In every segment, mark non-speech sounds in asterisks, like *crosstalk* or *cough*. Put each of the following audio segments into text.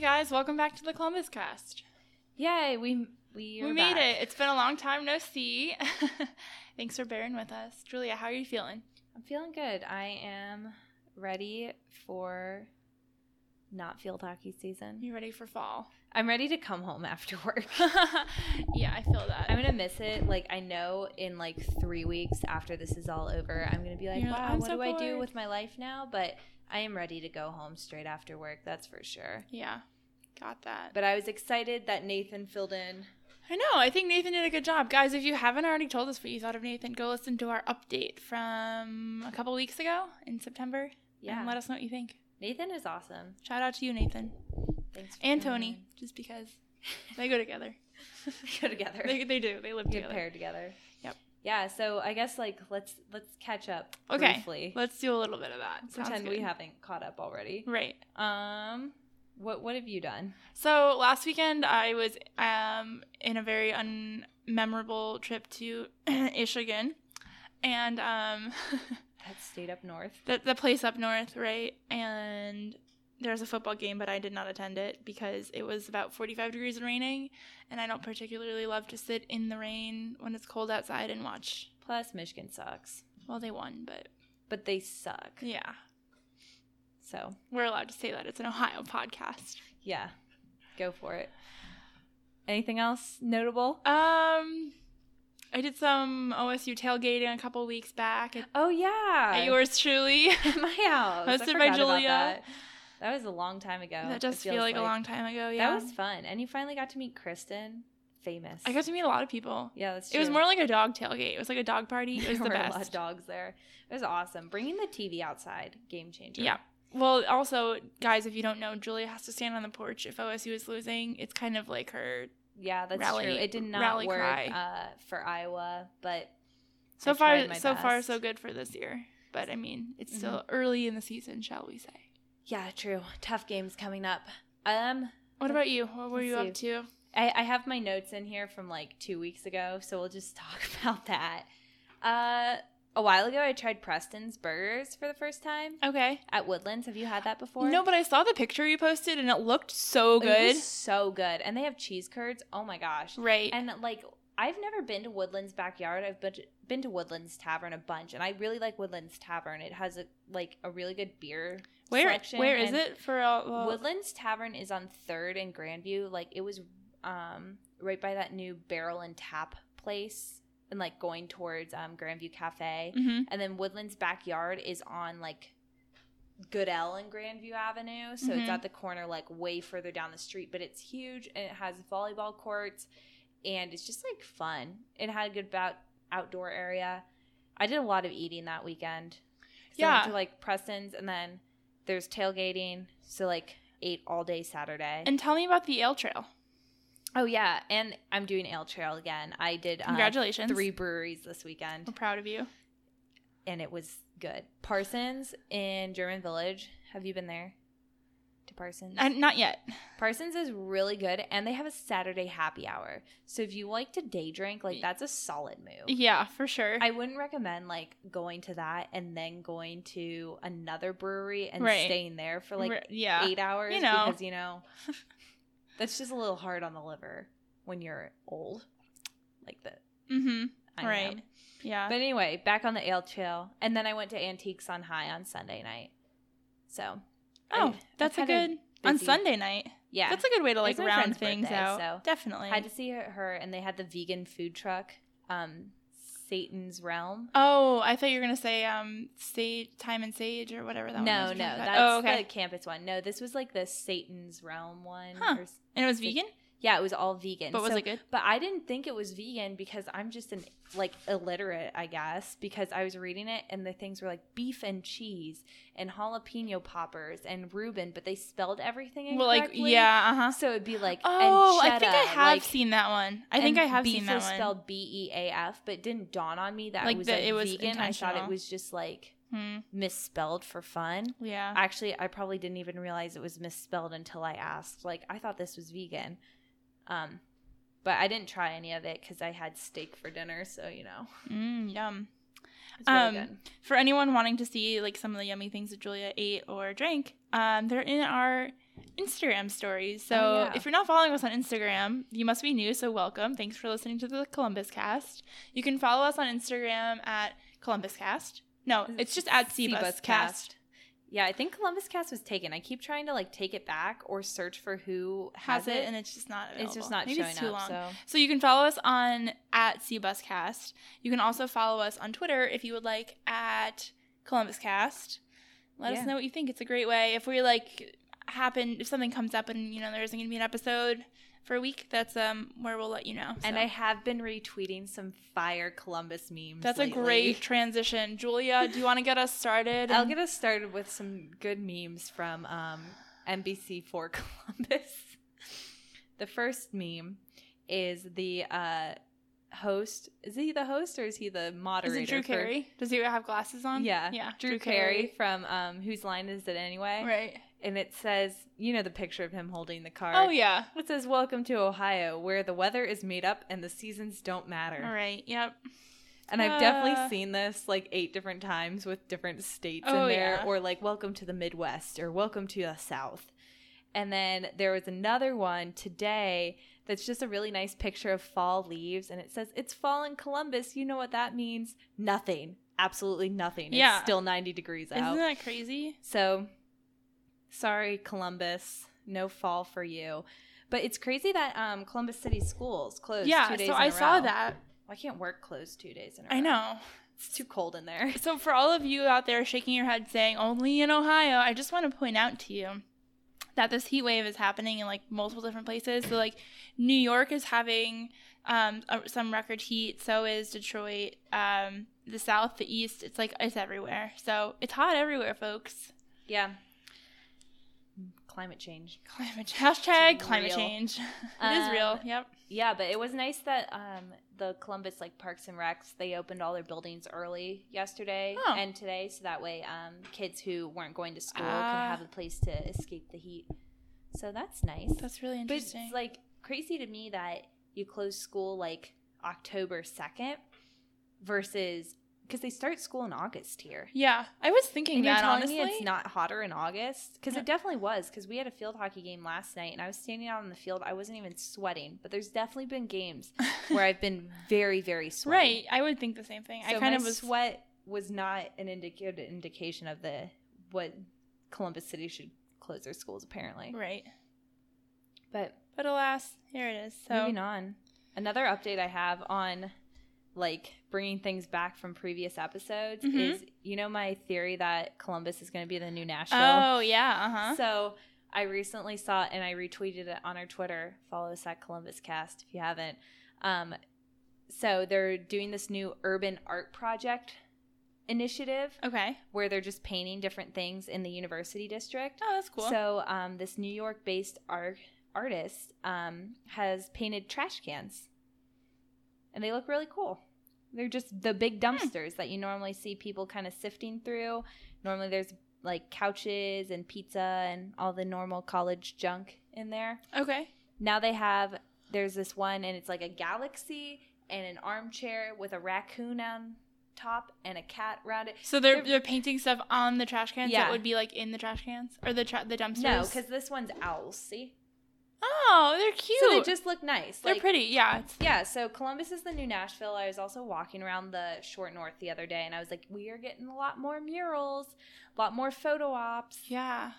guys, welcome back to the Columbus Cast. Yay, we we we made it. It's been a long time no see. *laughs* Thanks for bearing with us, Julia. How are you feeling? I'm feeling good. I am ready for not field hockey season. You ready for fall? I'm ready to come home after *laughs* work. *laughs* yeah, I feel that. I'm gonna miss it. Like I know in like three weeks after this is all over, I'm gonna be like, You're like, wow, "I'm what so do I do bored." with my life now? But I am ready to go home straight after work. That's for sure. yeah, got that. But I was excited that Nathan filled in. I know. I think Nathan did a good job, guys. If you haven't already told us what you thought of Nathan, go listen to our update from a couple weeks ago in September. Yeah, and let us know what you think. Nathan is awesome. Shout out to you, Nathan, Thanks for and filling Tony, just because they go *laughs* together. in. Go together. *laughs* They, they do. They live Good together. pair together. Yep. Yeah, so I guess like let's let's catch up Okay. briefly. Let's do a little bit of that. Sounds Pretend we good. haven't caught up already. Right. Um what what have you done? So last weekend I was um, in a very unmemorable trip to *clears throat* Michigan, and um, *laughs* That stayed up north. the the place up north, right? And there's a football game, but I did not attend it because it was about 45 degrees and raining, and I don't particularly love to sit in the rain when it's cold outside and watch. Plus Michigan sucks. Well, they won, but But they suck. yeah, So we're allowed to say that. It's an Ohio podcast. yeah. Go for it. Anything else notable? Um, I did some OSU tailgating a couple weeks back at, Oh at yeah. yours *laughs* truly. at *laughs* my house. I Hosted by forgot about Julia. That. That was a long time ago. that it does feel feels like, a long time ago. Yeah, That was fun. And you finally got to meet Kristen. Famous. I got to meet a lot of people. Yeah, that's It was true. more like a dog tailgate. It was like a dog party. *laughs* It was the there were a lot of best. dogs there. It was awesome. Bringing the TV outside, game changer. Yeah. Well, also, guys, if you don't know, Julia has to stand on the porch if OSU is losing. It's kind of like her. yeah, that's Rally- true. It did not rally work cry. uh, for Iowa, but So I tried far, my so far, best. Mm-hmm. so good for this year. But I mean, it's still early in the season, shall we say? yeah, true. Tough games coming up. Um, What about you? What were Let's you up to? I, I have my notes in here from like two weeks ago, so we'll just *laughs* talk about that. Uh, a while ago, I tried Preston's Burgers for the first time Okay. at Woodlands. Have you had that before? No, but I saw the picture you posted, and it looked so It was good. so good, and they have cheese curds. Oh my gosh! Right. And like I've never been to Woodlands Backyard. I've been been to Woodlands Tavern a bunch, and I really like Woodlands Tavern. It has a like a really good beer. Where selection, where is and it for all? well, Woodlands Tavern is on Third and Grandview. Like it was um right by that new Barrel and Tap place, and like going towards um Grandview Cafe, Mhm. and then Woodlands Backyard is on like. Goodell and Grandview Avenue, so Mhm. it's at the corner, like way further down the street, but it's huge and it has volleyball courts and it's just like fun. It had a good about outdoor area. I did a lot of eating that weekend. So I went Yeah. to like Preston's and then there's tailgating. So like ate all day Saturday. And tell me about the ale trail. oh yeah, and I'm doing Ale Trail again. I did uh, Congratulations. three breweries this We're weekend proud of you. and it was good. Parsons in German Village. Have you been there? To Parsons? Uh, not yet. Parsons is really good and they have a Saturday happy hour. So if you like to day drink, like that's a solid move. Yeah, for sure. I wouldn't recommend like going to that and then going to another brewery and Right. staying there for like Re- yeah. eight hours You know. because *laughs* you know that's just a little hard on the liver when you're old like that. Mm-hmm. I Right. am. Yeah. But anyway, back on the ale trail, and then I went to Antiques on High on Sunday night. So oh, I've- that's a I've had good on busy- Sunday night. yeah. That's a good way to like It's my round friend's things birthday, out. so Definitely. had to see her, her, and they had the vegan food truck, um, Satan's Realm. oh, I thought you were gonna say um sage time and sage or whatever that one no, was. no, You're talking about. that's oh, okay. the campus one. No, this was like the Satan's Realm one. Huh. or s- and it was vegan, yeah, it was all vegan. but was So- it good? But I didn't think it was vegan because I'm just an like illiterate, I guess, because I was reading it and the things were like beef and cheese and jalapeno poppers and Reuben, but they spelled everything Well, like incorrectly. yeah, uh huh. So it'd be like Oh, I think I enchilada, have like- seen that one. I think and I have beef seen that was one. spelled B E A F, but it didn't dawn on me that Like it was that like, it was vegan. I thought intentional. it was just like Hmm. misspelled for fun. Yeah. Actually, I probably didn't even realize it was misspelled until I asked. Like, I thought this was vegan. Um, but I didn't try any of it because I had steak for dinner. So, you know, Mm, yum. it's really Um, good. for anyone wanting to see like some of the yummy things that Julia ate or drank, um, they're in our Instagram stories. So Oh, yeah. if you're not following us on Instagram, you must be new. So welcome. Thanks for listening to the Columbus Cast. You can follow us on Instagram at Columbus Cast. No, it's just at CBusCast. Cast. Yeah, I think Columbus Cast was taken. I keep trying to like take it back or search for who Has it, and it's just not. Available. it's just not Maybe showing it's too up. long. So So you can follow us on at CBusCast. You can also follow us on Twitter if you would like at ColumbusCast. Let Yeah. us know what you think. It's a great way. If we like happen, if something comes up and you know there isn't going to be an episode for a week, that's um where we'll let you know. and So I have been retweeting some fire Columbus memes. that's lately. a great transition. Julia, do you want to get us started? I'll and- get us started with some good memes from um, NBC for *laughs* Columbus. the first meme is the uh, host. Is he the host or is he the Is moderator? it Drew for- Carey? Does he have glasses on? Yeah, yeah. Drew, Carey, from um, Whose Line Is It Anyway? Right. And it says, you know, the picture of him holding the card. Oh yeah. It says, "Welcome to Ohio, where the weather is made up and the seasons don't matter." All right. Yep. And I've Uh. definitely seen this like eight different times with different states Oh, in there, yeah. or like welcome to the Midwest or welcome to the South. And then there was another one today that's just a really nice picture of fall leaves, and it says, It's fall in Columbus. You know what that means? Nothing. Absolutely nothing. Yeah. It's still 90 degrees out. Isn't that crazy? So, sorry, Columbus, no fall for you. But it's crazy that um, Columbus City schools closed. yeah. two days So in I a saw row. that. Why can't work close two days in a row? I know. it's too cold in there. So, for all of you out there shaking your head saying only in Ohio, I just want to point out to you that this heat wave is happening in like multiple different places. So, like New York is having um, uh, some record heat. So is Detroit. Um, the South, the East. It's like it's everywhere. So it's hot everywhere, folks. *laughs* Yeah, climate *laughs* change. Climate hashtag climate real. change. *laughs* It is Um, real. Yep. Yeah, but it was nice that um, the Columbus like Parks and Recs they opened all their buildings early yesterday Oh. and today, so that way um, kids who weren't going to school Ah. can have a place to escape the heat. So that's nice. That's really But it's interesting. like crazy to me that you close school like October 2nd versus because they start school in August here. yeah, I was thinking And you're that telling honestly. me *laughs* it's not hotter in August? Because Yeah. it definitely was. Because we had a field hockey game last night, and I was standing out on the field. I wasn't even sweating, but there's definitely *laughs* been games where I've been very, very right. sweaty. I would think the same thing. So I kind my of was sweat was not an indicated indication of the what Columbus City should close their schools apparently. right, But but alas, here it is. So Moving on. Another update I have on like bringing things back from previous episodes Mhm. is you know my theory that Columbus is going to be the new Nashville. Oh yeah, uh huh. So I recently saw and I retweeted it on our Twitter. Follow us at Columbus Cast if you haven't. Um, so they're doing this new urban art project initiative okay. where they're just painting different things in the university district. Oh, that's cool. So um, this New York-based art artist um, has painted trash cans, and they look really cool. They're just the big Hmm. dumpsters that you normally see people kind of sifting through. Normally, there's like couches and pizza and all the normal college junk in there. okay. Now they have there's this one, and it's like a galaxy and an armchair with a raccoon on top and a cat around it. So they're they're- they're painting stuff on the trash cans. Yeah. Yeah. That would be like in the trash cans or the tra- the dumpsters. No, because this one's owls. See, oh, they're cute. so they just look nice. they're like- pretty. Yeah. It's, Yeah, so Columbus is the new Nashville. I was also walking around the short north the other day and I was like, we are getting a lot more murals, a lot more photo ops. yeah.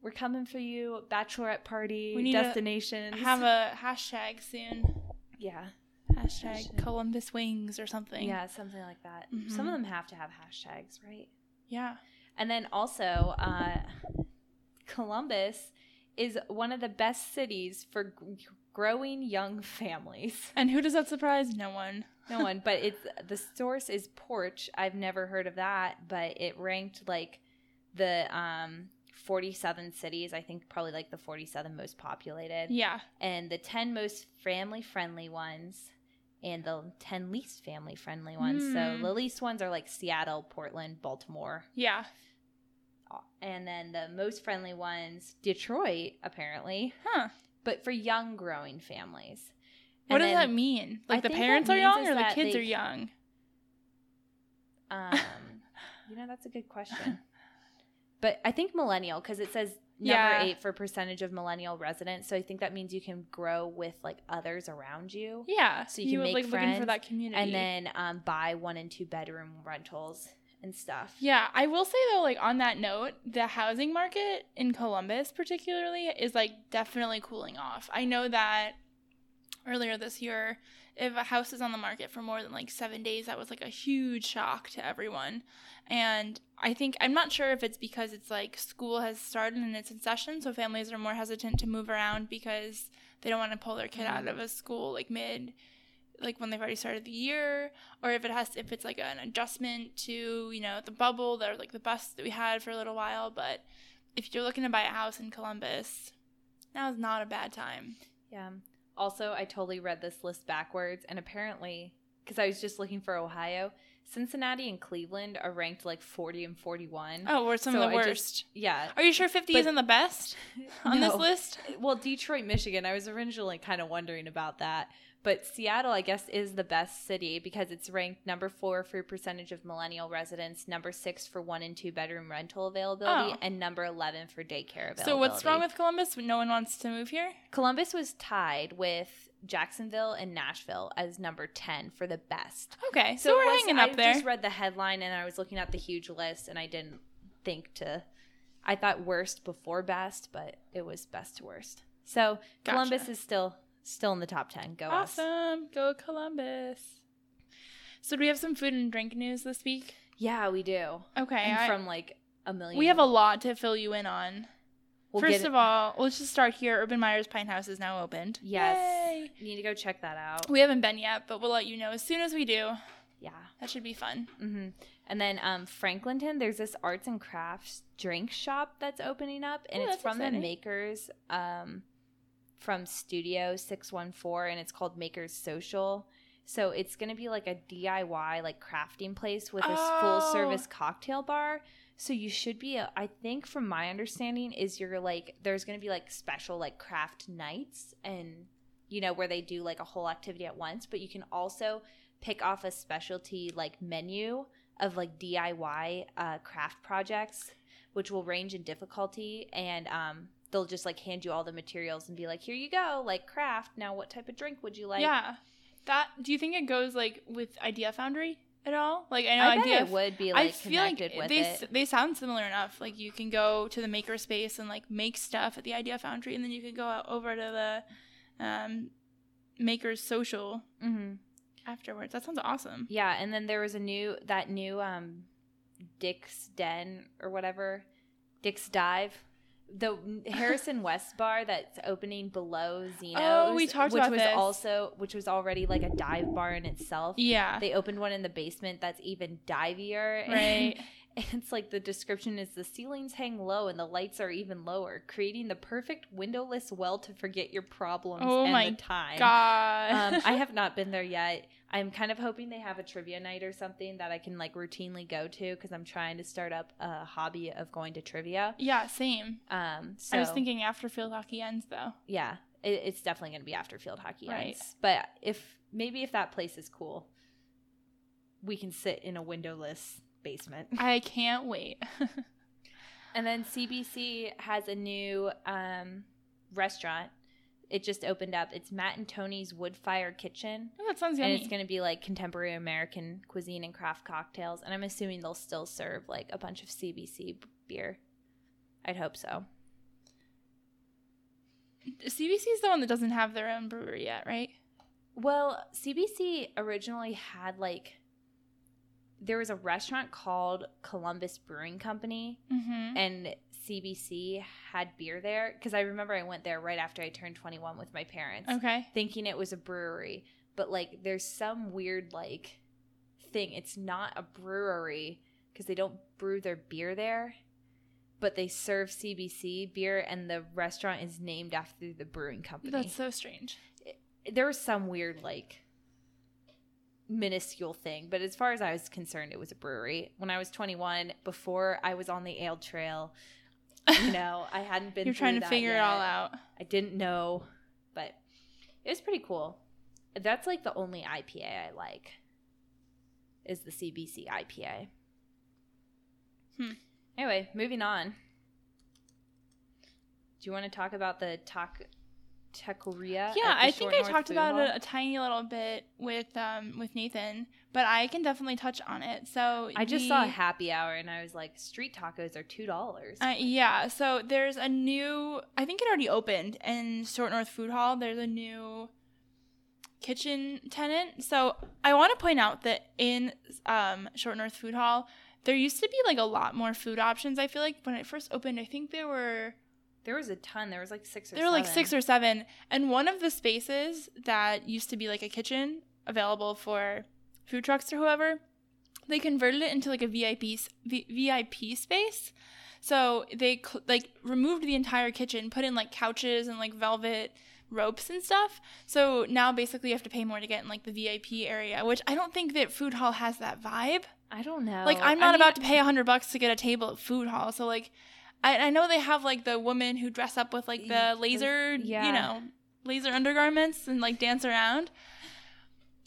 We're coming for you, bachelorette party, We need to destinations. Have a hashtag soon. yeah. Hashtag Hashtag. Columbus Wings or something. Yeah, something like that. Mhm. Some of them have to have hashtags, right? Yeah. And then also, uh, Columbus is one of the best cities for g- growing young *laughs* families. And who does that surprise? No one. No one, but it's the source is Porch. I've never heard of that, but it ranked like the um 47 cities, I think probably like the 47 most populated Yeah. and the 10 most family friendly ones and the 10 least family friendly ones. Hmm. So the least ones are like Seattle, Portland, Baltimore. uh, Yeah. And then the most friendly ones, Detroit apparently, Huh. but for young growing families. What And does then- that mean? Like I the think that parents are means young is or the that kids they- are young? *laughs* *laughs* Um, you know, that's a good question. But I think millennial because it says Number Yeah. eight for percentage of millennial residents. So I think that means you can grow with like others around you. Yeah. So you can make looking friends, for that community. And then um, buy one and two bedroom rentals and stuff. Yeah, I will say though, like on that note, the housing market in Columbus particularly is like definitely cooling off. I know that earlier this year, if a house is on the market for more than like seven days, that was like a huge shock to everyone. And I think I'm not sure if it's because it's like school has started and it's in session, so families are more hesitant to move around because they don't want to pull their kid out of a school like mid like when they've already started the year or if it has if it's like an adjustment to you know the bubble that like the bust that we had for a little while but if you're looking to buy a house in columbus now is not a bad time Yeah. Also, I totally read this list backwards, and apparently, because I was just looking for Ohio, Cincinnati and Cleveland are ranked like 40 and 41. oh we're some So of the I worst just- yeah. are you sure 50 but- isn't the best on this *laughs* No. list Well, Detroit, Michigan, I was originally kind of wondering about that. But Seattle, I guess, is the best city because it's ranked number four for percentage of millennial residents, number six for one and two bedroom rental availability, Oh. and number 11 for daycare availability. so what's wrong with columbus no one wants to move here Columbus was tied with Jacksonville and Nashville as number 10 for the best. okay so, we're it was- hanging up I there just read the headline and I was looking at the huge list and I didn't think to. I thought worst before best, but it was best to worst. So Columbus Gotcha. is still still in the top ten. Go awesome us! go columbus so do we have some food and drink news this week Yeah, we do. okay and I- from like a million. we have a lot to fill you in on we'll First get- of all, let's just start here. Urban Meyer's Pine House is now opened. yes, Yay. need to go check that out. We haven't been yet, but we'll let you know as soon as we do. yeah. That should be fun. hmm And then um, Franklinton, there's this arts and crafts drink shop that's opening up, and Oh, it's that's from exciting. the makers um, from Studio 614, and it's called Makers Social. So it's going to be like a DIY, like crafting place with a full Oh. service cocktail bar. So you should be, uh, I think, from my understanding, is you're like, there's going to be like special like craft nights and, you know, where they do like a whole activity at once, but you can also pick off a specialty like menu of like DIY uh, craft projects, which will range in difficulty. And um, they'll just like hand you all the materials and be like, here you go, like craft. Now, what type of drink would you like? yeah. That do you think it goes like with Idea Foundry at all? Like I know I bet Idea it would be I like feel like connected with they it. they sound similar enough. Like you can go to the makerspace and like make stuff at the Idea Foundry and then you can go out over to the um Makers Social hmm afterwards. That sounds awesome. Yeah, and then there was a new that new um, Dick's Den or whatever, Dick's Dive, the Harrison West bar that's opening below Zeno's. Oh, we talked which about was this. also which was already like a dive bar in itself. Yeah. *laughs* They opened one in the basement that's even divier. *laughs* right. And it's like the description is the ceilings hang low and the lights are even lower, creating the perfect windowless well to forget your problems Oh and my the time God. *laughs* um, I have not been there yet. I'm kind of hoping they have a trivia night or something that I can like routinely go to because I'm trying to start up a hobby of going to trivia. yeah, same. Um, so I was thinking after field hockey ends, though. yeah, it, it's definitely going to be after field hockey Right. ends. But if maybe if that place is cool, we can sit in a windowless basement. *laughs* I can't wait. *laughs* And then CBC has a new um, restaurant. It just opened up. It's Matt and Tony's Wood Fire Kitchen. Oh, that sounds and yummy. it's going to be like contemporary American cuisine and craft cocktails. And I'm assuming they'll still serve like a bunch of CBC b- beer. I'd hope so. CBC is the one that doesn't have their own brewery yet, right? Well, CBC originally had like there was a restaurant called Columbus Brewing Company, Mm-hmm. and CBC had beer there because I remember I went there right after I turned 21 with my parents. Okay. thinking it was a brewery, but like there's some weird like thing. It's not a brewery because they don't brew their beer there, but they serve CBC beer, and the restaurant is named after the brewing company. That's so strange. there was some weird like minuscule thing, but as far as I was concerned, it was a brewery. When I was 21, before I was on the ale trail, *laughs* you know, I hadn't been. You're trying through to that figure it all yet. out. I didn't know, but it was pretty cool. That's like the only IPA I like is the CBC IPA. Hmm. Anyway, moving on. Do you want to talk about the tac- taqueria? Yeah, at the I think Short I North talked Food about Hall? it a tiny little bit with um with Nathan, but I can definitely touch on it. So I just saw a the- happy hour and I was like, street tacos are two dollars. Uh, yeah, so there's a new. I think it already opened in Short North Food Hall. There's a new kitchen tenant. So I want to point out that in um, Short North Food Hall, there used to be like a lot more food options. I feel like when it first opened, I think there were There was a ton. There was like six or there were like seven. six or seven, and one of the spaces that used to be like a kitchen available for food trucks or whoever, they converted it into like a VIP s- V- VIP space. So they cl- like removed the entire kitchen, put in like couches and like velvet ropes and stuff. So now basically you have to pay more to get in like the VIP area, which I don't think that food hall has that vibe. I don't know. Like I'm I not mean, about to pay a hundred bucks to get a table at food hall. So like, I, I know they have like the women who dress up with like Y- the laser, yeah. you know, laser undergarments and like dance around.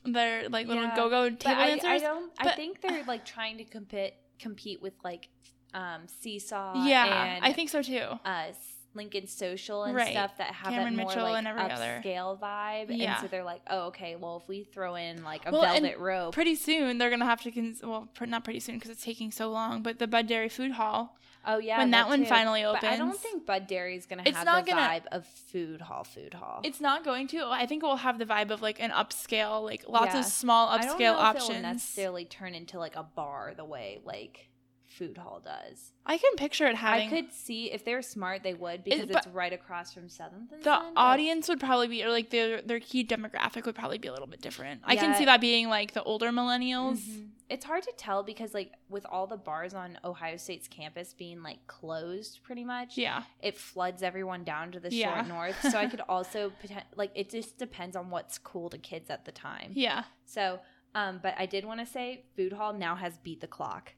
They're like little Yeah. go-go but table I, dancers. I don't. I but- think they're like trying to compete compete with like um, seesaw. yeah, and, I think so too. uh, s- Lincoln Social and Right. stuff that have Cameron that more Mitchell like and every other. upscale vibe. And Yeah. so they're like, oh, okay, well, if we throw in like a Well, and velvet rope, Pretty soon they're gonna have to cons- well, pr- not pretty soon because it's taking so long. But the Bud Dairy Food Hall, oh yeah, when that, one too. finally But opens, I don't think Bud Dairy is gonna It's have not the gonna- vibe of food hall, food hall. it's not going to. I think it will have the vibe of like an upscale, like lots Yeah. of small upscale I don't know if it will options. necessarily turn into like a bar the way like food hall does. I can picture it having. I could see if they're smart, they would because but- it's right across from Seventh and the Son, but- audience would probably be or like their their key demographic would probably be a little bit different. I can Yeah. see that being like the older millennials. Mhm. It's hard to tell because like with all the bars on Ohio State's campus being like closed pretty much, Yeah. it floods everyone down to the Yeah. short north. So I *laughs* could also poten- like it just depends on what's cool to kids at the time. Yeah. So, um, but I did want to say food hall now has beat the clock,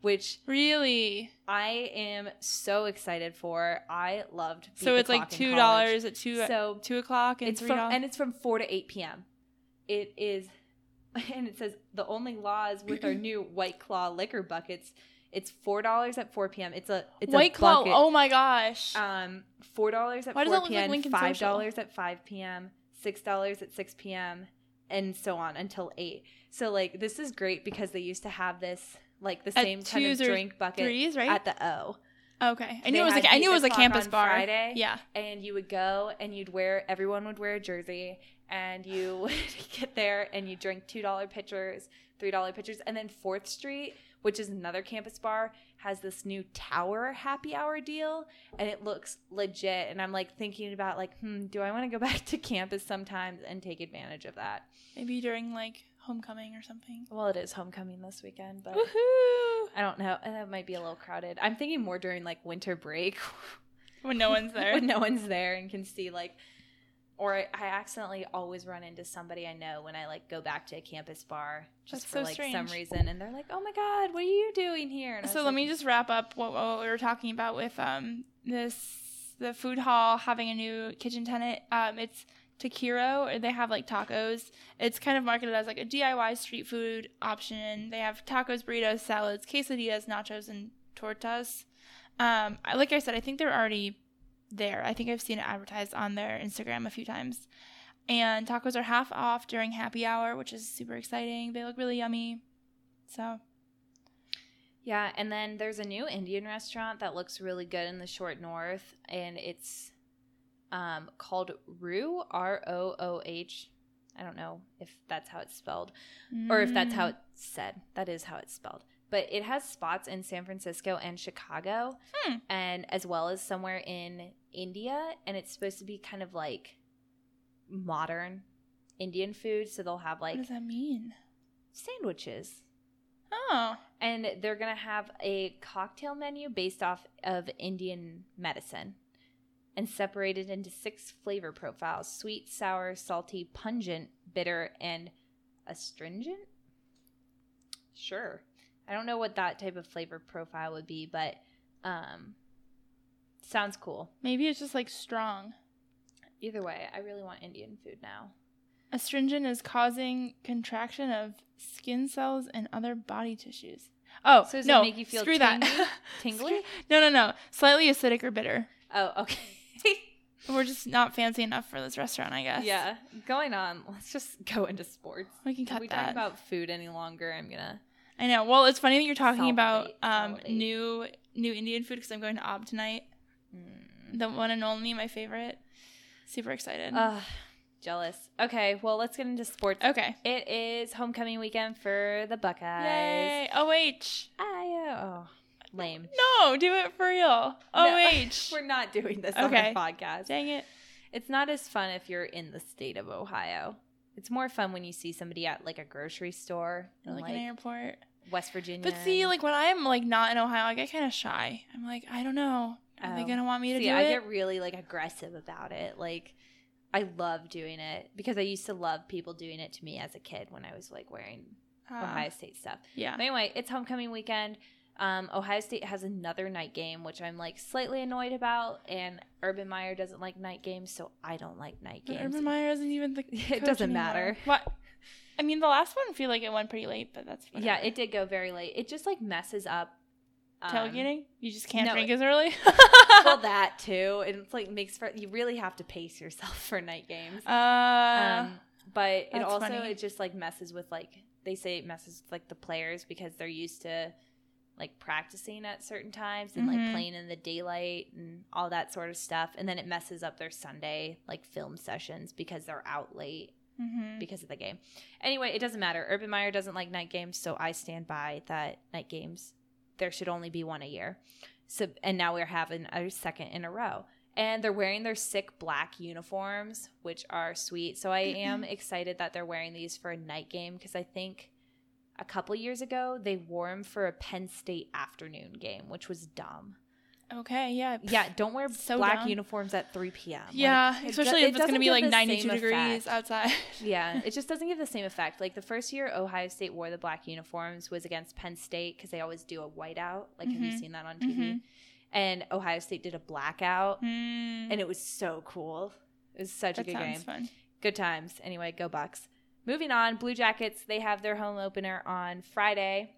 which Really. I am so excited for. I loved. Beat so the it's like Clock in two college. dollars at two So two o'clock and it's three from dollars. and it's from four to eight p.m. It is, *laughs* and it says the only laws with our new *clears throat* White Claw liquor buckets. It's four dollars at four p.m. It's a it's White a Claw. bucket. Oh my gosh. Um, four dollars at Why does that four look like p.m. Lincoln Five Social? dollars at five p.m. Six dollars at six p.m. and so on until eight. So like this is great because they used to have this like the At same kind of twos or drink bucket Threes, right? at the O, okay. I knew they it was had like I Beat knew it the was a Clock campus on bar. Friday. Yeah. and you would go and you'd wear everyone would wear a jersey and you *laughs* would get there and you drink two dollar pitchers, three dollar pitchers, and then Fourth Street. Which is another campus bar has this new tower happy hour deal, and it looks legit. And I'm like thinking about like, hmm, do I want to go *laughs* back to campus sometimes and take advantage of that? Maybe during like homecoming or *laughs* something. Well, it is homecoming this weekend, but Woohoo! I don't know. That might be a little crowded. I'm thinking more during like winter break *laughs* When no one's there. when no one's there and can see like or I I accidentally always run into somebody I know when I like go back to a campus bar just That's for so like some strange. reason and they're like, "Oh my god, what are you doing here?" And I so let was like, me just wrap up what, what we were talking about with um this the food hall having a new kitchen tenant. Um, it's Takiro, or they have like tacos. It's kind of marketed as like a DIY street food option. They have tacos, burritos, salads, quesadillas, nachos, and tortas. Um, I- like I said, I think they're already there. I think I've seen it advertised on their Instagram a few times. And tacos are half off during happy hour, which is super exciting. They look really yummy. So Yeah, and then there's a new Indian restaurant that looks really good in the short north and it's um called Roo R O O H. I don't know if that's how it's spelled. or if that's how Mm. it's said. That is how it's spelled. But it has spots in San Francisco and Chicago, Hmm. and as well as somewhere in India. And it's supposed to be kind of like modern Indian food. So they'll have like what does that mean? sandwiches. Oh, And they're going to have a cocktail menu based off of Indian medicine and separated into six flavor profiles sweet, sour, salty, pungent, bitter, and astringent? Sure. I don't know what that type of flavor profile would be, but um, sounds cool. maybe it's just like strong. Either way, I really want Indian food now. Astringent is causing contraction of skin cells and other body tissues. Oh, So does it no, make you feel screw *laughs* tingly? that. Tingly? Screw- no, no, no. Slightly acidic or bitter. Oh, okay. We're just not fancy enough for this restaurant, I guess. Yeah. Going on. Let's just go into sports. We can If cut we talk that. about food any longer, I'm gonna. I know. Well, it's funny that you're talking about Salivate, um, salivate. new new Indian food because I'm going to Ob tonight. Mm. The one and only, my favorite. Super excited. Ugh, jealous. Okay, well, let's get into sports. okay. It is homecoming weekend for the Buckeyes. Yay! OH. I, oh, lame. No, do it for real. No, *laughs* *laughs* OH. We're not doing this Okay. on our podcast. Dang it. It's not as fun if you're in the state of Ohio. It's more fun when you see somebody at like a grocery store Or in like, like, an airport. West Virginia. But see, and- like when I'm like not in Ohio, I get kind of shy. I'm like, I don't know. Are they Oh. gonna want me to See, do I it? get really like aggressive about it. Like I love doing it because I used to love people doing it to me as a kid when I was like wearing Ah, Ohio State stuff. yeah. But anyway, it's homecoming weekend. Um, Ohio State has another night game, which I'm like slightly annoyed about, and Urban Meyer doesn't like night games, so I don't like night But games. Urban Meyer isn't even the. *laughs* It coach doesn't anymore. matter. What? I mean, the last one I feel like it went pretty late, but that's Yeah, whatever. it did go very late. It just like messes up um, tailgating. You just can't no, drink as early. *laughs* *laughs* well, that too, and it's like makes for you really have to pace yourself *laughs* for night games. uh, um, but it that's also funny. it just like messes with like they say it messes with like the players because they're used to like practicing at certain times and Mhm. like playing in the daylight and all that sort of stuff and then it messes up their sunday like film sessions because they're out late mhm. because of the game anyway it doesn't matter urban meyer doesn't like night games so i stand by that night games there should only be one a year so and now we're having a second in a row and they're wearing their sick black uniforms which are sweet *clears throat* so i am excited that they're wearing these for a night game because i think a couple years ago they wore them for a penn state afternoon game which was dumb Okay. Yeah. yeah don't wear So black dumb. uniforms at 3 p.m Like, Yeah, it do- especially it if it's going to doesn't be give like the same 92 degrees effect. outside. *laughs* yeah, *laughs* it just doesn't give the same effect. Like the first year Ohio State wore the black uniforms was against Penn State because they always do a whiteout. Like, have Mhm. you seen that on TV? Mhm. And Ohio State did a blackout, Mm, and it was so cool. It was such that a good sounds game. fun. Good times. Anyway, go Bucks. Moving on, Blue Jackets. They have their home opener on Friday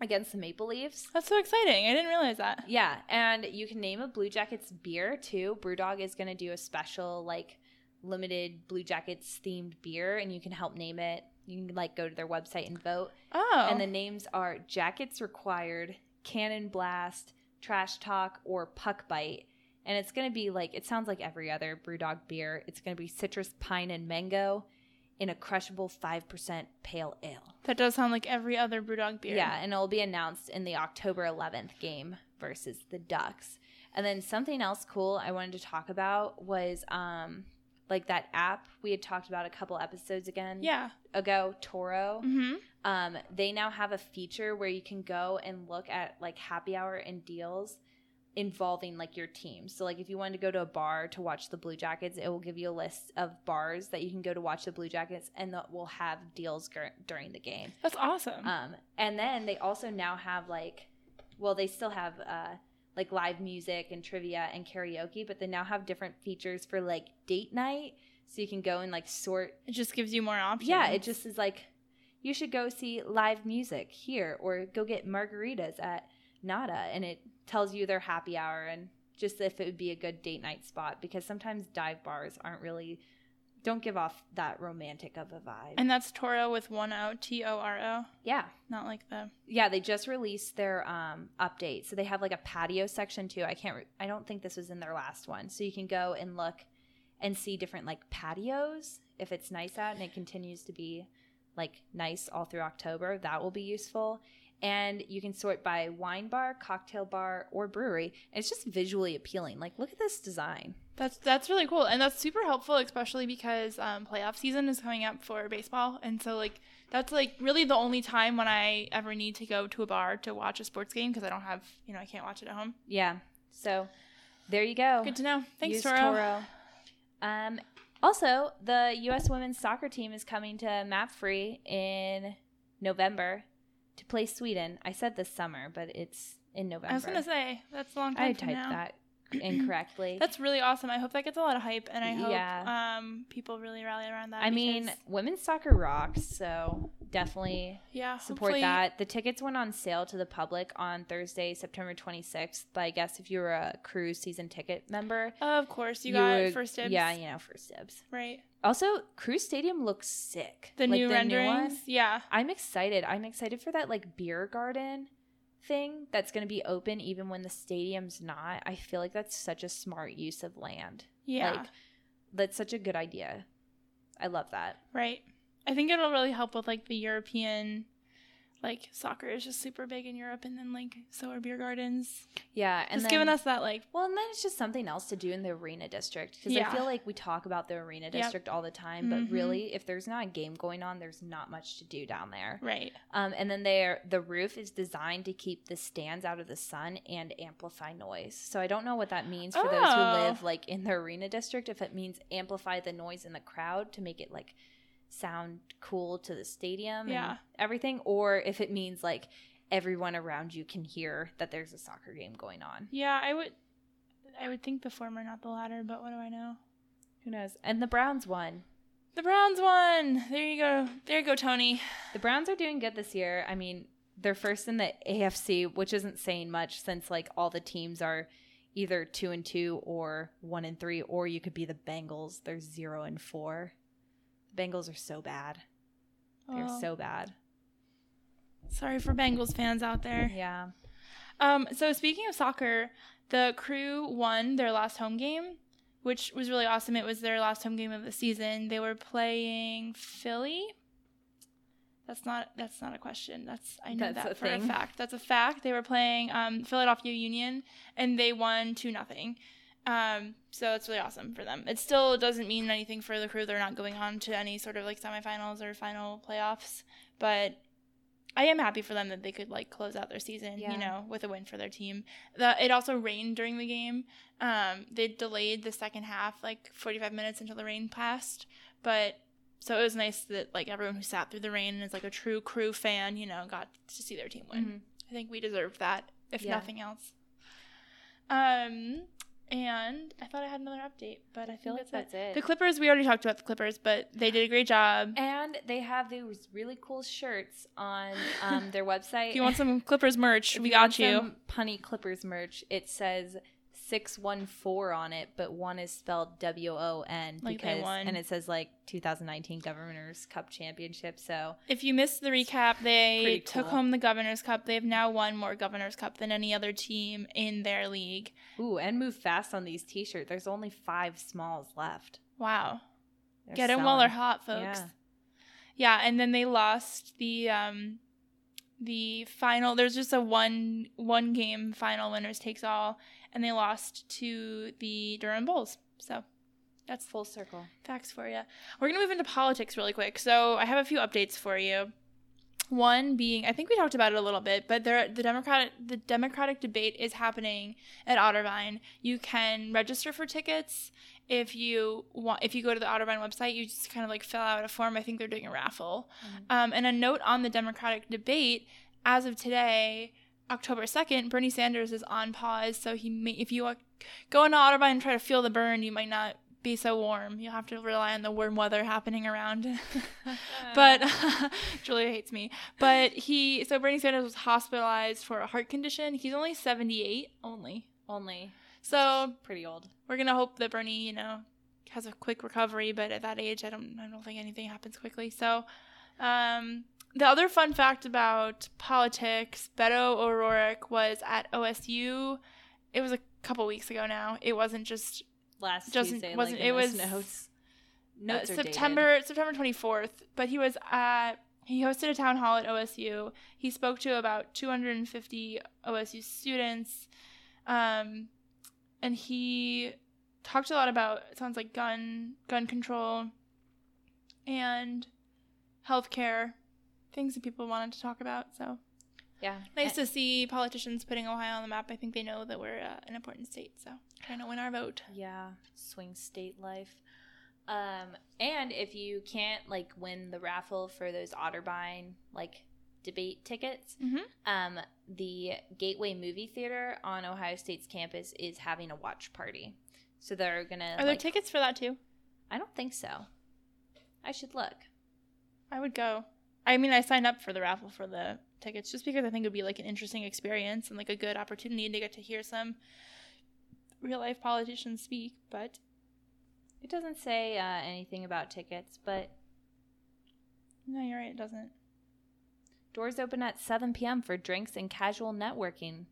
against the Maple Leafs. That's so exciting. I didn't realize that. Yeah, and you can name a Blue Jackets beer too. BrewDog is going to do a special like limited Blue Jackets themed beer, and you can help name it. You can like go to their website and vote, Oh. and the names are Jackets Required, Cannon Blast, Trash Talk, or Puck Bite. And it's going to be like it sounds like every other BrewDog beer. It's going to be citrus, pine, and mango in a crushable five percent pale ale. that does sound like every other BrewDog beer. Yeah, and it'll be announced in the October 11th game versus the Ducks. And then something else cool I wanted to talk about was um like that app we had talked about a couple episodes again Yeah. ago, Toro. Mm-hmm. Um they now have a feature where you can go and look at like happy hour and deals involving like your team. So like if you wanted to go to a bar to watch the Blue Jackets, it will give you a list of bars that you can go to watch the Blue Jackets and that will have deals gur- during the game. That's awesome. Um, and then they also now have like, well, they still have uh, like live music and trivia and karaoke, but they now have different features for like date night. So you can go and like sort. it just gives you more options. Yeah, it just is like, you should go see live music here or go get margaritas at Nada. And it tells you their happy hour and just if it would be a good date night spot because sometimes dive bars aren't really, don't give off that romantic of a vibe. And that's Toro with one O, T O R O, yeah. not like the. Yeah, they just released their um, update. So they have like a patio section too. I can't. Re- I don't think this was in their last one. So you can go and look and see different like patios if it's nice out and it continues to be like nice all through October. That will be useful. And you can sort by wine bar, cocktail bar, or brewery. It's just visually appealing. Like, look at this design. That's that's really cool, and that's super helpful, especially because um, playoff season is coming up for baseball, and so like that's like really the only time when I ever need to go to a bar to watch a sports game because I don't have you know I can't watch it at home. Yeah. So there you go. Good to know. Thanks, Oh, Use Toro. Um, also, the U.S. women's soccer team is coming to Mapfree in November to play Sweden. I said this summer, but it's in November. I was gonna say that's a long time. I from typed now. that incorrectly. That's really awesome. I hope that gets a lot of hype, and I hope Yeah. um, people really rally around that. I mean, because- women's soccer rocks, so definitely Yeah. support hopefully- that. The tickets went on sale to the public on Thursday, September 26th. But I guess if you were a cruise season ticket member, Of course, you, got would- first dibs. Yeah, you know, first dibs. Right. Also, Cruise Stadium looks sick. The Like, new renderings. yeah. I'm excited. I'm excited for that like beer garden thing that's going to be open even when the stadium's not. I feel like that's such a smart use of land. Yeah. Like that's such a good idea. I love that. right. I think it'll really help with like the European, like soccer is just super big in Europe, and then like so are beer gardens. Yeah, and Just then, giving us that like well, and then it's just something else to do in the arena district because Yeah. I feel like we talk about the arena district all the time, but Mhm. really, if there's not a game going on, there's not much to do down there. right. Um, and then there, the roof is designed to keep the stands out of the sun and amplify noise. So I don't know what that means for those who Oh. live like in the arena district. If it means amplify the noise in the crowd to make it like sound cool to the stadium Yeah. and everything, or if it means like everyone around you can hear that there's a soccer game going on. Yeah, I would. I would think the former, not the latter, but what do I know? Who knows? And the Browns won. The Browns won. There you go. There you go, Tony. The Browns are doing good this year. I mean, they're first in the AFC, which isn't saying much since like all the teams are either two and two or one and three, or you could be the Bengals. They're zero and four. The Bengals are so bad. They're Oh, so bad. sorry for Bengals fans out there. Yeah. Um, so speaking of soccer, the crew won their last home game, which was really awesome. It was their last home game of the season. They were playing Philly. That's not that's not a question. That's I know That's that a for a thing. fact. That's a fact. They were playing um, Philadelphia Union and they won two nothing. Um, so that's really awesome for them. It still doesn't mean anything for the crew. They're not going on to any sort of like semifinals or final playoffs, but I am happy for them that they could like close out their season, Yeah. you know, with a win for their team. The, it also rained during the game. Um, they delayed the second half like 45 minutes until the rain passed, but so it was nice that like everyone who sat through the rain and is like a true crew fan, you know, got to see their team win. Mhm. I think we deserve that, if Yeah. nothing else. Um, and I thought I had another update, but I, I feel like that's it. it. The Clippers, we already talked about the Clippers, but they did a great job. and they have these really cool shirts on um, their website. if you want some Clippers merch, If we you want got you. some punny clippers merch it says 614 on it but one is spelled w-o-n Like they because won. and it says like 2019 governors cup championship so If you missed the recap, they Pretty took cool. home the Governor's Cup. They've now won more Governor's Cup than any other team in their league. ooh and move fast on these t-shirts there's only five smalls left Wow. They're Get 'em while they're selling. *laughs* hot, folks. Yeah. Yeah. and then they lost the um the final there's just a one one game final winners takes all and they lost to the Durham Bulls. So that's full circle *laughs* facts for you. We're going to move into politics really quick. So, I have a few updates for you. One being, I think we talked about it a little bit, but there the Democratic the Democratic debate is happening at Ottervine. You can register for tickets if you want. If you go to the Ottervine website, you just kind of like fill out a form. I think they're doing a raffle. Mhm. Um, and a note on the Democratic debate as of today, October 2nd, Bernie Sanders is on pause. So he may, if you uh, go into Otterbein and try to feel the burn, you might not be so warm. You'll have to rely on the warm weather happening around. *laughs* but *laughs* Julia hates me. But he, so Bernie Sanders was hospitalized for a heart condition. He's only 78, only. *laughs* only So pretty old we're gonna hope that Bernie, you know, has a quick recovery. But at that age, I don't, I don't think anything happens quickly. So, um, the other fun fact about politics: Beto O'Rourke was at OSU. It was a couple weeks ago now. It wasn't just last Doesn't- Tuesday, wasn't- like, in it those was- notes uh, notes are dated. September September twenty fourth, but he was at he hosted a town hall at OSU. He spoke to about two hundred and fifty OSU students, um, and he talked a lot about it sounds like gun gun control and healthcare things that people wanted to talk about. So yeah nice to see politicians putting Ohio on the map. I think they know that we're uh, an important state, so trying to win our vote. Yeah, swing state life. Um, and if you can't like win the raffle for those Otterbein like debate tickets, Mhm. um, the Gateway Movie Theater on Ohio State's campus is having a watch party. So they're gonna. Are there like- tickets for that too? I don't think so. I should look. I would go. I mean, I signed up for the raffle for the tickets just because I think it would be like an interesting experience and like a good opportunity to get to hear some real life politicians speak. But It doesn't say uh, anything about tickets, but no, you're right, it *laughs* doesn't. doors open at 7 p.m. for drinks and casual networking.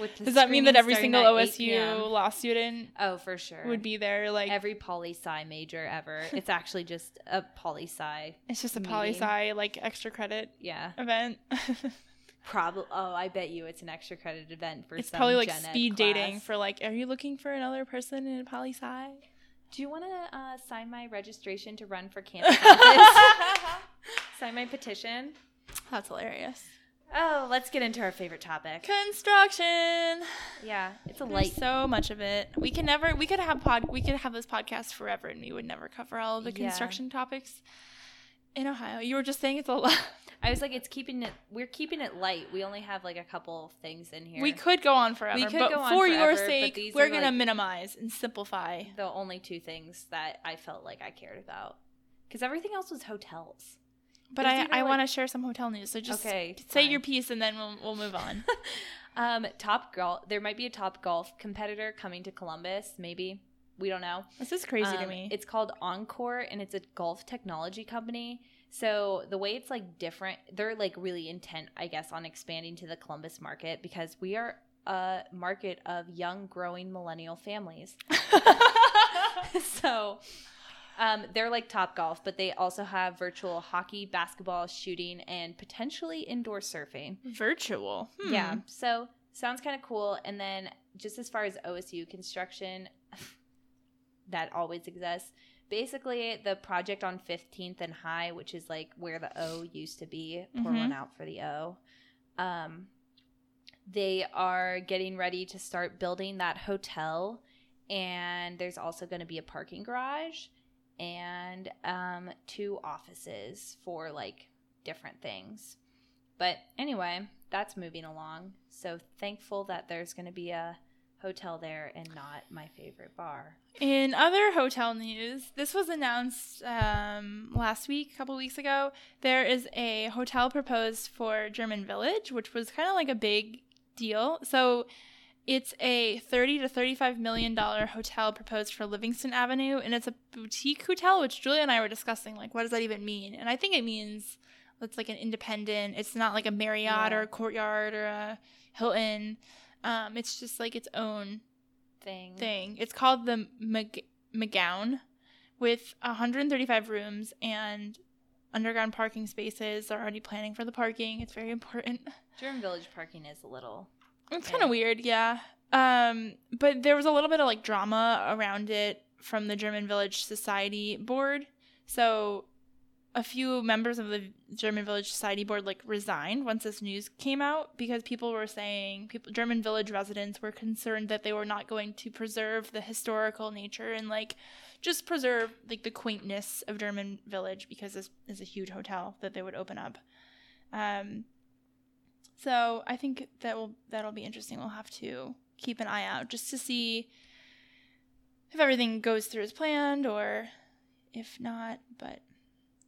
With the Does that mean that screening every starting single at 8 OSU p.m.? law student Oh, for sure. would be there? Like, every poli sci major ever. It's actually just a poli sci. it's just a poli meeting. sci, like, extra credit Yeah. event. *laughs* Probably. Oh, I bet you it's an extra credit event for. it's some probably like gen ed speed dating class. for like, are you looking for another person in poli sci? Do you want to uh, sign my registration to run *laughs* for campus? office? sign my petition. That's hilarious. Oh, let's get into our favorite topic. Construction. Yeah, it's a There's light. so much of it. We can never. We could have pod. We could have this podcast forever, and we would never cover all the Yeah. construction topics in Ohio. You were just saying it's a lot. *laughs* I was like, it's keeping it. We're keeping it light. We only have like a couple of things in here. We could go on forever, could but go on for your forever, but sake, these we're are, gonna like- minimize and simplify. the only two things that I felt like I cared about, because everything else was hotels. But There's I, even, I like- want to share some hotel news. So just Okay, say fine. your piece, and then we'll we'll move *laughs* on. Um, Top Golf. There might be a Top Golf competitor coming to Columbus. Maybe we don't know. this is crazy to Um, me. It's called Encore, and it's a golf technology company. So the way it's like different, they're like really intent, I guess, on expanding to the Columbus market because we are a market of young, growing *laughs* millennial families. *laughs* so um, they're like Top Golf, but they also have virtual hockey, basketball, shooting, and potentially indoor surfing. Virtual. Hmm. Yeah. So sounds kind of cool. And then just as far as OSU construction, that always exists. Basically, the project on 15th and High, which is like where the O used to be, pour Mhm. one out for the O. Um, they are getting ready to start building that hotel, and there's also going to be a parking garage and um, two offices for like different things. But anyway, that's moving along. So thankful that there's going to be a hotel there and not my favorite bar. In other hotel news, this was announced um, last week, a couple weeks ago. There is a hotel proposed for German Village, which was kind of like a big deal. So it's a 30 to 35 million dollar hotel proposed for Livingston Avenue, and it's a boutique hotel, which Julia and I were discussing. Like, what does that even mean? And I think it means it's like an independent, it's not like a Marriott Yeah. or a Courtyard or a Hilton. Um, it's just like its own Thing. thing. It's called the Mag- McGown with 135 rooms and underground parking spaces. They're already planning for the parking. It's very important. German Village parking is a little. It's Yeah. kind of weird, yeah. Um, but there was a little bit of like drama around it from the German Village Society board. So a few members of the German Village Society board like resigned once this news came out because people were saying people German Village residents were concerned that they were not going to preserve the historical nature and like just preserve like the quaintness of German Village because this is a huge hotel that they would open up. Um, so I think that will that'll be interesting. We'll have to keep an eye out just to see if everything goes through as planned or if not. But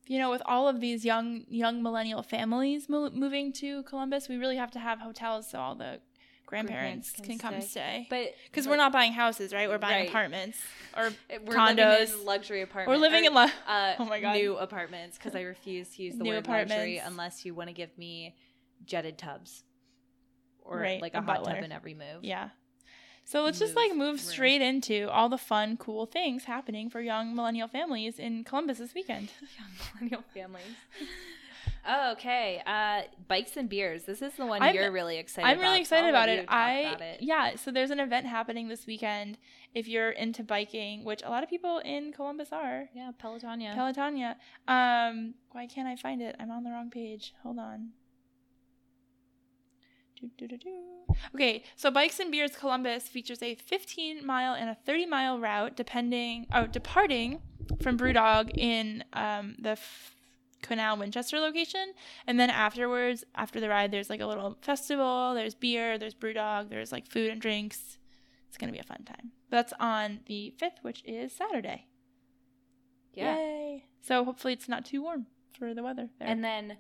you know, with all of these young young millennial families mo- moving to Columbus, we really have to have hotels so all the grandparents Grandparents can, can come stay. But because we're not buying houses, right? We're buying Right. apartments, *laughs* or it- we're living condos. in luxury apartments. we're living in love. uh, Oh my God. new apartments because I refuse to use the New word luxury apartments. unless you want to give me jetted tubs or Right, like a a, hot butler. tub in every move. *laughs* Yeah. So let's just Move like move through. straight into all the fun, cool things happening for young millennial families in Columbus this weekend. millennial families. okay, uh, bikes and beers. This is the one I'm- you're really excited. I'm about, really so excited I'll about let it. you talk I about it. yeah. So there's an event happening this weekend. If you're into biking, which a lot of people in Columbus are, yeah, Peloton. Yeah, Peloton. Yeah. Um, why can't I find it? I'm on the wrong page. Hold on. Do, do, do, do. Okay, so Bikes and Beers Columbus features a 15 mile and a 30 mile route, depending oh, departing from Brewdog in um, the F- Canal Winchester location, and then afterwards, after the ride, there's like a little festival. There's beer, there's Brewdog, there's like food and drinks. It's gonna be a fun time. That's on the 5th, which is Saturday. yeah. Yay. So hopefully it's not too warm for the weather there. And then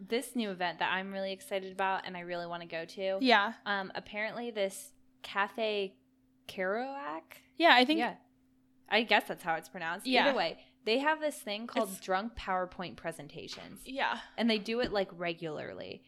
this new event that I'm really excited about and I really want to go to. yeah, Um, apparently this Cafe Kerouac. yeah, I think yeah. I guess that's how it's pronounced. Yeah. Either way, they have this thing called It's- drunk PowerPoint presentations. yeah, and they do it like regularly.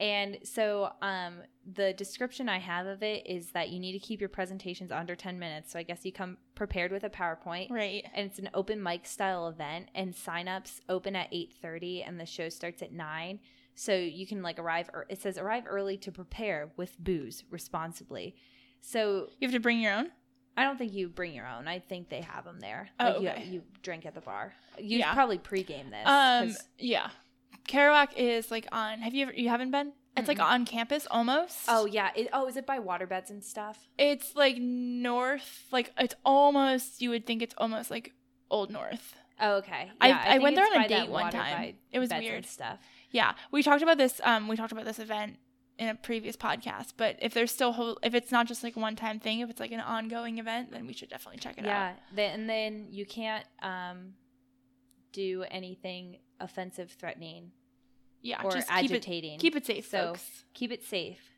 And so um the description I have of it is that you need to keep your presentations under 10 minutes. So I guess you come prepared with a PowerPoint. right. And it's an open mic style event and signups open at 8:30 and the show starts at 9. So you can like arrive ear- it says arrive early to prepare with booze responsibly. So You have to bring your own. I don't think you bring your own. I think they have them there. Oh, like okay. you, you drink at the bar. You Yeah. probably pregame this. Um, 'cause- yeah, Kerouac is like on. Have you ever? You haven't been? It's like Mm-mm. on campus almost. oh yeah. It, oh, is it by waterbeds and stuff? it's like north. Like it's almost. You would think it's almost like old north. Oh, okay. I- Yeah, I went think there it's on a by that date one water time. by It was beds and weird. stuff. Yeah, we talked about this. Um, we talked about this event in a previous podcast. But if there's still, whole, if it's not just like one time thing, if it's like an ongoing event, then we should definitely check it out. Yeah. Then, and then you can't um, do anything offensive, threatening, Yeah, or just keep it agitating. keep it safe, So- folks. Keep it safe.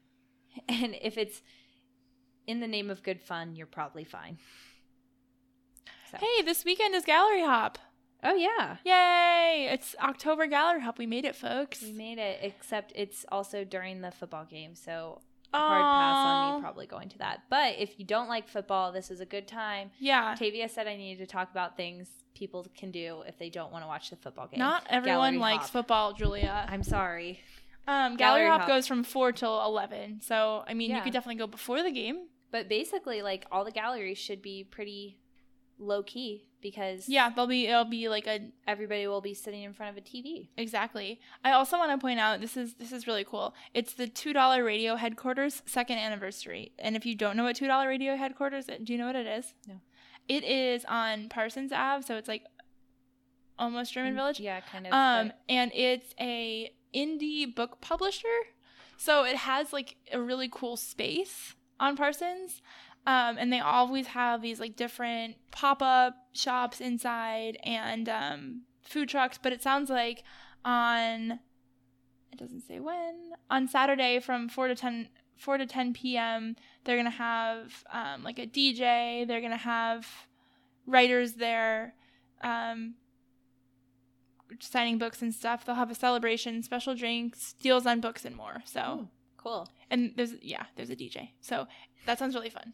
*laughs* And if it's in the name of good fun, you're probably fine. So. Hey, this weekend is Gallery Hop. Oh yeah. Yay! It's October Gallery Hop. We made it, folks. We made it, except it's also during the football game, so hard pass on Aw. me probably going to that. But if you don't like football, this is a good time Yeah. Tavia said I needed to talk about things people can do if they don't want to watch the football game. Not everyone Gallery likes hop. football, Julia. I'm sorry. Um, gallery, Gallery hop, hop. goes from four till eleven, so I mean, you Yeah. could definitely go before the game. But basically, like all the galleries should be pretty low key because Yeah, they'll be it'll be like a everybody will be sitting in front of a TV. exactly. I also want to point out this is this is really cool. It's the two dollar radio headquarters second anniversary, and if you don't know what two dollar radio headquarters, do you know what it is? No. It is on Parsons Ave, so it's like almost German Village. Yeah, kind of. um but- and it's a indie book publisher so it has like a really cool space on parsons um and they always have these like different pop-up shops inside and um food trucks but it sounds like on it doesn't say when on saturday from 4 to 10 4 to 10 p.m they're gonna have um like a dj they're gonna have writers there um signing books and stuff. They'll have a celebration, special drinks, deals on books, and more. So, Oh, cool. and there's yeah, there's a DJ. So that sounds really fun.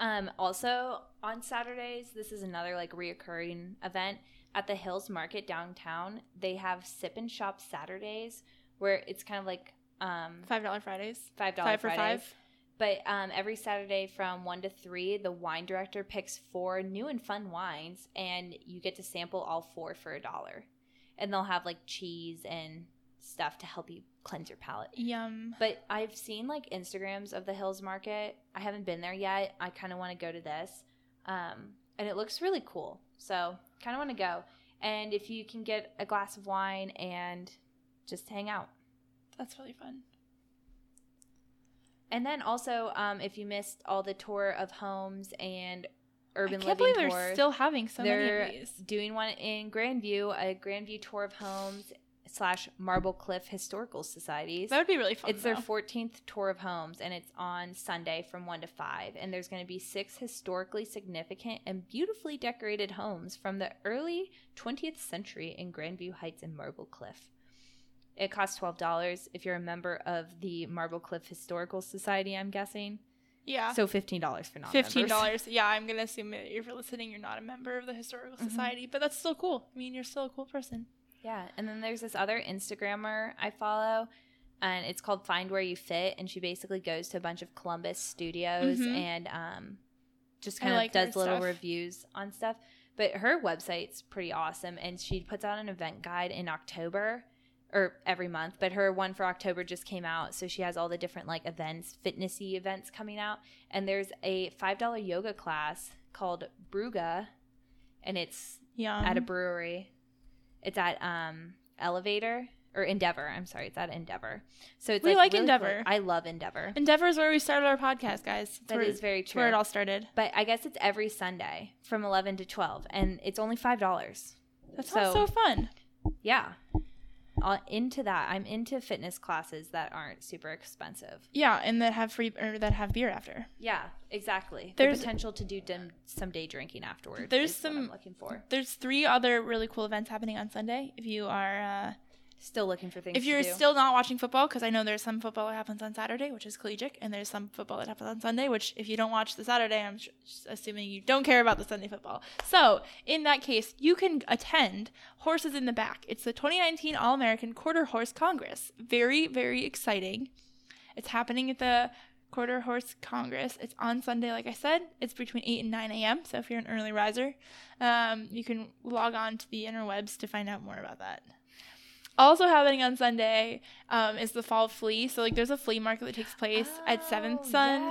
Um, also on Saturdays, this is another like reoccurring event at the Hills Market downtown. They have sip and shop Saturdays where it's kind of like um Five dollar Fridays, five dollar five for Fridays. five. But um, every Saturday from 1 to 3, the wine director picks four new and fun wines, and you get to sample all four for a dollar. And they'll have like cheese and stuff to help you cleanse your palate. Yum. But I've seen like Instagrams of the Hills Market. I haven't been there yet. I kind of want to go to this. Um, and it looks really cool. So, kind of want to go. And if you can get a glass of wine and just hang out. That's really fun. And then also, um, if you missed all the tour of homes and urban I can't living believe tours, they're still having so many They're- of these. doing one in Grandview, a Grandview tour of homes slash Marble Cliff Historical Societies. That would be really fun. It's their though. 14th tour of homes, and it's on Sunday from 1 to 5. And there's going to be six historically significant and beautifully decorated homes from the early 20th century in Grandview Heights and Marble Cliff. It costs $12 if you're a member of the Marble Cliff Historical Society, I'm guessing. yeah. So $15 for non Fifteen dollars. Yeah, I'm gonna assume that if you're listening, you're not a member of the historical Mhm. society, but that's still cool. I mean, you're still a cool person. Yeah, and then there's this other Instagrammer I follow, and it's called Find Where You Fit, and she basically goes to a bunch of Columbus studios Mhm. and um, just I kind of like her does little stuff. reviews on stuff. But her website's pretty awesome, and she puts out an event guide in October or every month. But her one for October just came out, so she has all the different like events, fitnessy events coming out, and there's a five dollar yoga class called Bruga, and it's Yeah. at a brewery. It's at um Elevator or Endeavor. I'm sorry, it's at Endeavor. So it's We like really Endeavor. cool. I love Endeavor. Endeavor is where we started our podcast, guys. That's That where, is very it's true. where it all started. but I guess it's every Sunday from 11 to 12, and it's only five dollars. That sounds so fun. yeah. uh, into that. I'm into fitness classes that aren't super expensive. Yeah, and that have free or that have beer after. Yeah, exactly. There's- the potential to do dim, some day drinking afterwards. There's is what some- I'm looking for. There's three other really cool events happening on Sunday. If you are, uh, Still looking for things. if you're to do. still not watching football, because I know there's some football that happens on Saturday, which is collegiate, and there's some football that happens on Sunday, which if you don't watch the Saturday, I'm sh- assuming you don't care about the Sunday football. So in that case, you can attend Horses in the Back. It's the 2019 All American Quarter Horse Congress. Very, very exciting. It's happening at the Quarter Horse Congress. It's on Sunday, like I said. It's between 8 and 9 a.m. So if you're an early riser, um, you can log on to the interwebs to find out more about that. Also happening on Sunday um, is the fall flea. So like, there's a flea market that takes place at Seventh Oh, Sun yeah.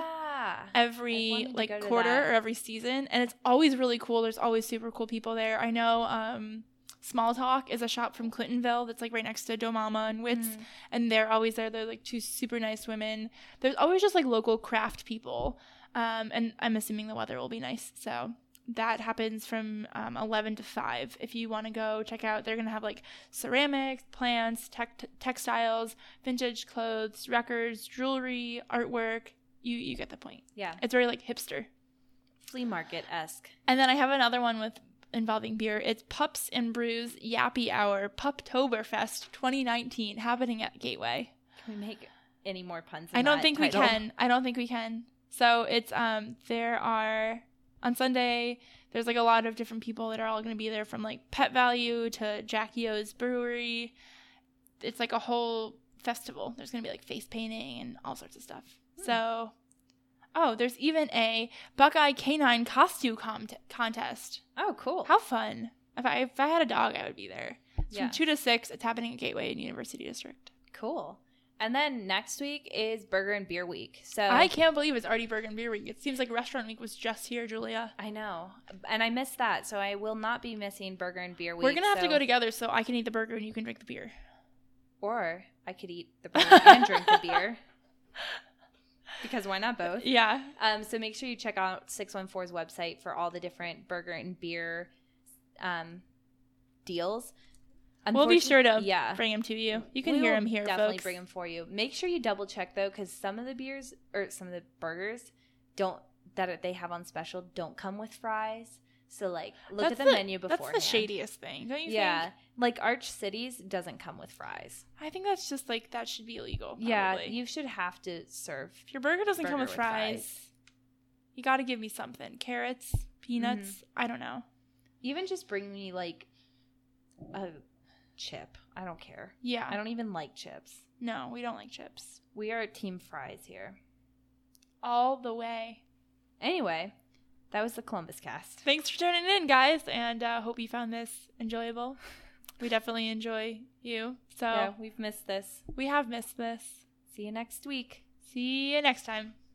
wanted every to go like to quarter that. or every season and it's always really cool there's always super cool people there i know um small talk is a shop from clintonville that's like right next to domama and wits Mm. and they're always there they're like two super nice women there's always just like local craft people um and i'm assuming the weather will be nice so that happens from um, 11 to 5 if you want to go check out they're gonna have like ceramics plants tec- textiles vintage clothes records jewelry artwork you you get the point Yeah, it's very like hipster. flea market esque. And then I have another one with involving beer. It's Pups and Brews Yappy Hour Puptoberfest 2019 happening at Gateway. Can we make any more puns? in I don't that think we title? can. I don't think we can. So it's um there are on Sunday there's like a lot of different people that are all going to be there from like Pet Value to Jackie O's Brewery. It's like a whole festival. There's going to be like face painting and all sorts of stuff. Hmm. So oh, there's even a Buckeye canine costume com- contest. Oh, cool. How fun. If I if I had a dog, I would be there. It's yeah, From 2 to 6, it's happening at Gateway in University District. cool. And then next week is Burger and Beer Week. So I can't believe it's already Bergen Beer Week. It seems like Restaurant Week was just here, Julia. I know, and I missed that, so I will not be missing Burger and Beer Week. We're gonna have to so- go together so I can eat the burger and you can drink the beer. or I could eat *laughs* the burger and drink the beer, because why not *laughs* both? Yeah, Um, so make sure you check out 614's website for all the different burger and beer um, deals. we'll be Unfortunately- sure to yeah. bring them to you. You can We hear will them here, Definitely folks. bring them for you. Make sure you double check though, because some of the beers or some of the burgers don't that they have on special don't come with fries. So like, look That's at the, the- menu That's beforehand. the shadiest thing, don't you Yeah, think? like Arch Cities doesn't come with fries. I think that's just like that should be illegal. Probably. Yeah, you should have to serve. if your burger doesn't come burger with with fries, fries. you got to give me something. Carrots, peanuts. Mm-hmm. I don't know. Even just bring me like a chip. I don't care. Yeah, I don't even like chips. no, we don't like chips. We are team fries here. All the way. Anyway, that was the Columbus cast. Thanks for tuning in, guys, and uh, hope you found this enjoyable. We definitely enjoy you. So Yeah, we've missed this. we have missed this. See you next week. See you next time.